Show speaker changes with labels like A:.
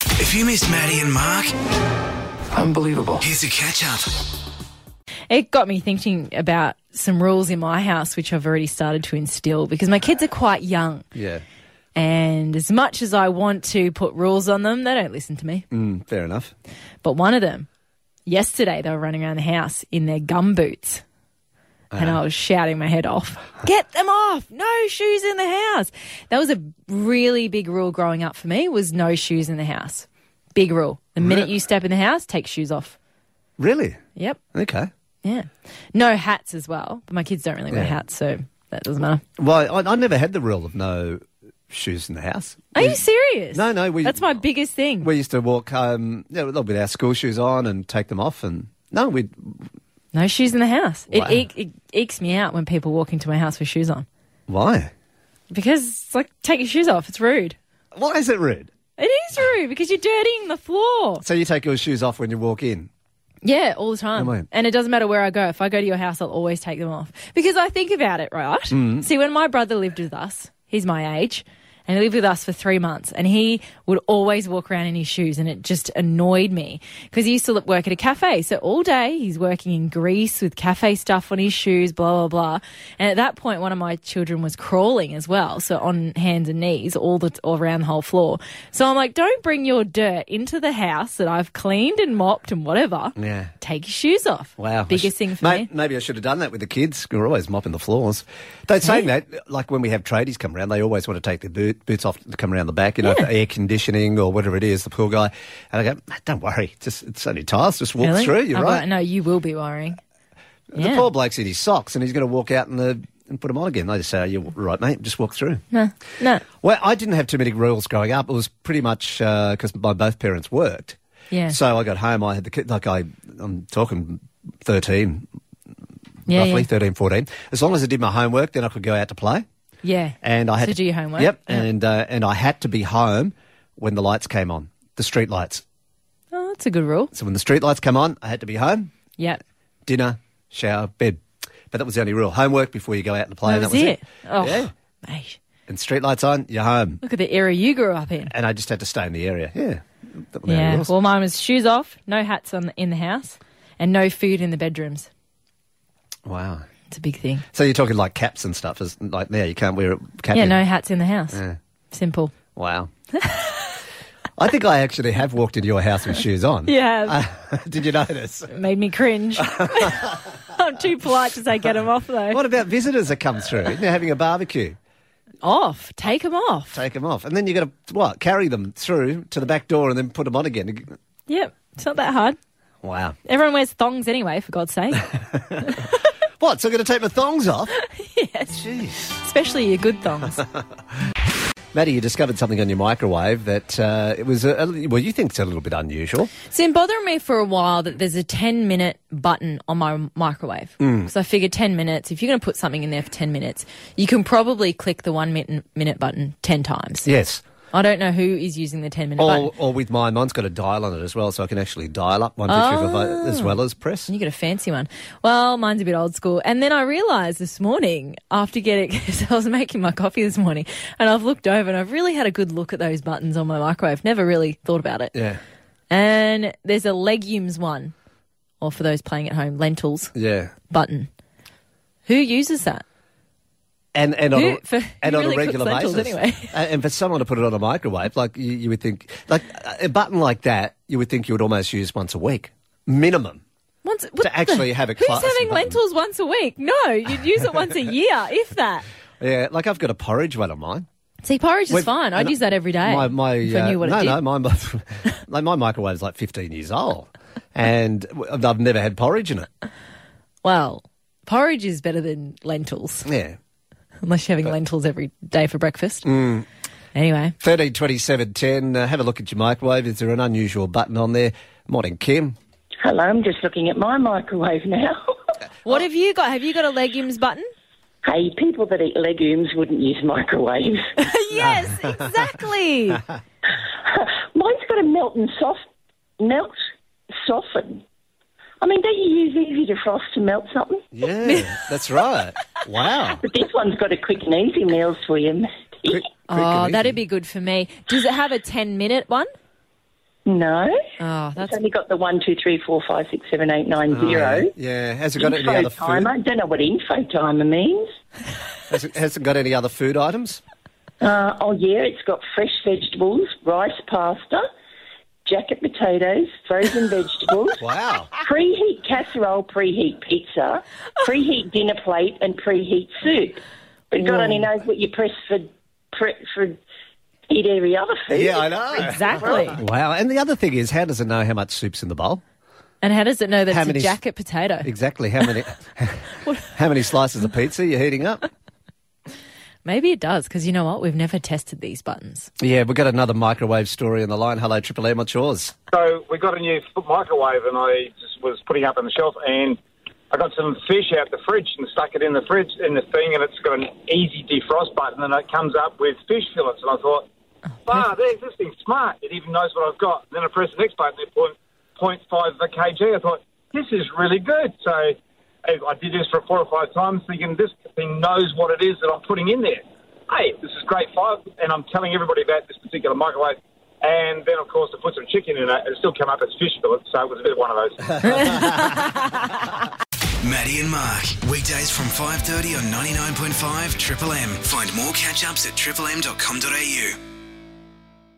A: If you missed Maddie and Mark,
B: Unbelievable.
A: here's a catch up.
C: It got me thinking about some rules in my house, which I've already started to instill because my kids are quite young.
D: Yeah,
C: And as much as I want to put rules on them, they don't listen to me.
D: mm, fair enough.
C: But one of them, yesterday, they were running around the house in their gum boots. And I was shouting my head off. Get them off! No shoes in the house. That was a really big rule growing up for me was no shoes in the house. Big rule. The minute you step in the house, take shoes off.
D: Really?
C: Yep.
D: Okay.
C: Yeah. No hats as well. But my kids don't really wear
D: Yeah.
C: hats, so that doesn't matter.
D: Well, I, I never had the rule of no shoes in the house.
C: Are you serious?
D: No, no, we-
C: That's my biggest thing.
D: We used to walk um, home you know, with our school shoes on and take them off, and no, we
C: no shoes in the house. It,
D: Wow.
C: eek it ekes me out when people walk into my house with shoes on
D: why?
C: because it's like take your shoes off. It's rude.
D: Why is it rude?
C: It is rude because you're dirtying the floor.
D: So you take your shoes off when you walk in.
C: Yeah, all the time.
D: Come on.
C: And it doesn't matter where I go. If I go to your house, I'll always take them off. Because I think about it, right? See, when my brother lived with us, he's my age, and he lived with us for three months, and he would always walk around in his shoes, and it just annoyed me because he used to work at a cafe. So all day he's working in Greece with cafe stuff on his shoes, blah, blah, blah. And at that point, one of my children was crawling as well. So on hands and knees all the all around the whole floor. So I'm like, don't bring your dirt into the house that I've cleaned and mopped and whatever
D: Yeah.
C: take your shoes off.
D: Wow.
C: Biggest thing for
D: Mate,
C: me.
D: Maybe I should have done that with the kids. We We're always mopping the floors. They're saying that, like when we have tradies come around, they always want to take their boot, boots off to come around the back, you know,
C: Yeah.
D: for air conditioning or whatever it is, the pool guy. And I go, "Mate, don't worry. Just It's only tiles. Just walk
C: Really?
D: through. You're
C: I've got-
D: right.
C: No, you will be worrying.
D: The
C: Yeah.
D: poor bloke's in his socks and he's going to walk out in the, and put them on again. They just say, oh, you're right, mate. Just walk through.
C: No, no.
D: Well, I didn't have too many rules growing up. It was pretty much because my both parents worked.
C: Yeah.
D: So I got home. I had the kid, like I, I'm talking 13,
C: Yeah,
D: roughly
C: yeah.
D: thirteen, fourteen. As long as I did my homework, then I could go out to play.
C: yeah.
D: And I had
C: so
D: to
C: do your homework.
D: Yep.
C: Yeah.
D: And uh, and I had to be home when the lights came on, the street lights.
C: oh, that's a good rule.
D: So when the street lights come on, I had to be home.
C: Yep.
D: Dinner, shower, bed. But that was the only rule. Homework before you go out and play.
C: That
D: and
C: was it. Oh,
D: Yeah.
C: mate.
D: And street lights on, you're home.
C: Look at the era you grew up in.
D: And I just had to stay in the area. Yeah. That were the only
C: Yeah.
D: rules.
C: Well, mine was shoes off, no hats on in the house, and no food in the bedrooms.
D: Wow.
C: It's a big thing.
D: So you're talking like caps and stuff, is like there you can't wear a cap.
C: Yeah,
D: in.
C: no hats in the house.
D: Yeah.
C: Simple.
D: Wow. I think I actually have walked into your house with shoes on.
C: Yeah.
D: Did you notice?
C: it made me cringe. I'm too polite to say get them off, though.
D: What about visitors that come through? They're having a barbecue.
C: Off. Take them off.
D: Take them off, and then you got to what? Carry them through to the back door, and then put them on again.
C: Yep. It's not that hard.
D: Wow.
C: Everyone wears thongs anyway, for God's sake.
D: What? So I'm going to take my thongs off?
C: yes.
D: Jeez.
C: Especially your good thongs.
D: Maddie, you discovered something on your microwave that uh, it was a, a- well. You think it's a little bit unusual.
C: It's been bothering me for a while that there's a 10 minute button on my microwave. Because I figure 10 minutes, if you're going to put something in there for 10 minutes, you can probably click the one minute, minute button 10 times.
D: Yes.
C: I don't know who is using the 10 minute button.
D: Or, or with mine, mine's got a dial on it as well, so I can actually dial up one picture of a- as well as press.
C: You get a fancy one. Well, mine's a bit old school. And then I realised this morning after getting, so I was making my coffee this morning and I've looked over and I've really had a good look at those buttons on my microwave. Never really thought about it.
D: Yeah.
C: And there's a legumes one, or for those playing at home, lentils.
D: Yeah.
C: button. Who uses that?
D: and and on,
C: Who-
D: a,
C: for-
D: and
C: who
D: on
C: really
D: a regular
C: cooks lentils
D: basis.
C: anyway?
D: and and for someone to put it on a microwave, like you, you would think, like a button like that, you would think you would almost use once a week, minimum.
C: Once, what the-
D: actually have a
C: Who's
D: class
C: having
D: button.
C: lentils once a week? No, you'd use it once a year, if that.
D: Yeah, like I've got a porridge one of mine.
C: See, porridge is
D: We've-
C: fine. I'd
D: and
C: use that every day.
D: My, my,
C: if I
D: uh,
C: knew what
D: no,
C: it did.
D: no, my, my, like my microwave's like 15 years old, and I've never had porridge in it.
C: Well, porridge is better than lentils,
D: Yeah.
C: unless you're having lentils every day for breakfast.
D: Mm.
C: Anyway,
D: 13, 27, 10, uh, have a look at your microwave. Is there an unusual button on there? Morning, Kim.
E: Hello, I'm just looking at my microwave now.
C: what have you got? Have you got a legumes button?
E: hey, people that eat legumes wouldn't use microwaves.
C: yes, exactly.
E: Mine's got a melt and soft, melt, soften. I mean, don't you use easy defrost to melt something?
D: Yeah, that's right. Wow.
E: But this one's got a quick and easy meal for you.
D: Quick- quick
C: oh,
D: and easy.
C: that'd be good for me. Does it have a 10 minute one?
E: No.
D: Uh.
C: Oh,
E: It's
C: that's
E: only got the one, two, three, four, five, six, seven, eight, nine, zero.
D: Yeah. Has it got any
E: Info
D: other food?
E: timer. I don't know what info timer means.
D: Has it, has it got any other food items?
E: Uh, oh yeah, it's got fresh vegetables, rice pasta, jacket potatoes, frozen vegetables,
D: Wow.
E: preheat casserole, preheat pizza, preheat dinner plate, and preheat soup. But God only knows what you press for pre, for eat every other food.
D: yeah, I know.
C: exactly.
D: Wow. And the other thing is, how does it know how much soup's in the bowl?
C: and how does it know that
D: How
C: it's a
D: many s-
C: jacket potato?
D: Exactly. How many? how many slices of pizza you're heating up?
C: Maybe it does because you know what? We've never tested these buttons.
D: Yeah, we've got another microwave story on the line. Hello, Triple M. What's yours?
F: So we got a new f- microwave, and I just was putting up on the shelf, and I got some fish out the fridge and stuck it in the fridge in the thing, and it's got an easy defrost button, and it comes up with fish fillets, and I thought, wow, there's this thing's smart. It even knows what I've got. And then I press the next button, it point point five of a kg. I thought this is really good. So I I did this for four or five times, thinking this thing knows what it is that I'm putting in there. Hey, this is great five, and I'm telling everybody about this particular microwave. And then, of course, I put some chicken in it, and it still came up as fish fillets. So it was a bit of one of those.
A: Maddie and Mark. Weekdays from 5.30 on 99.5 Triple M. Find more catch-ups at triplem.com.au.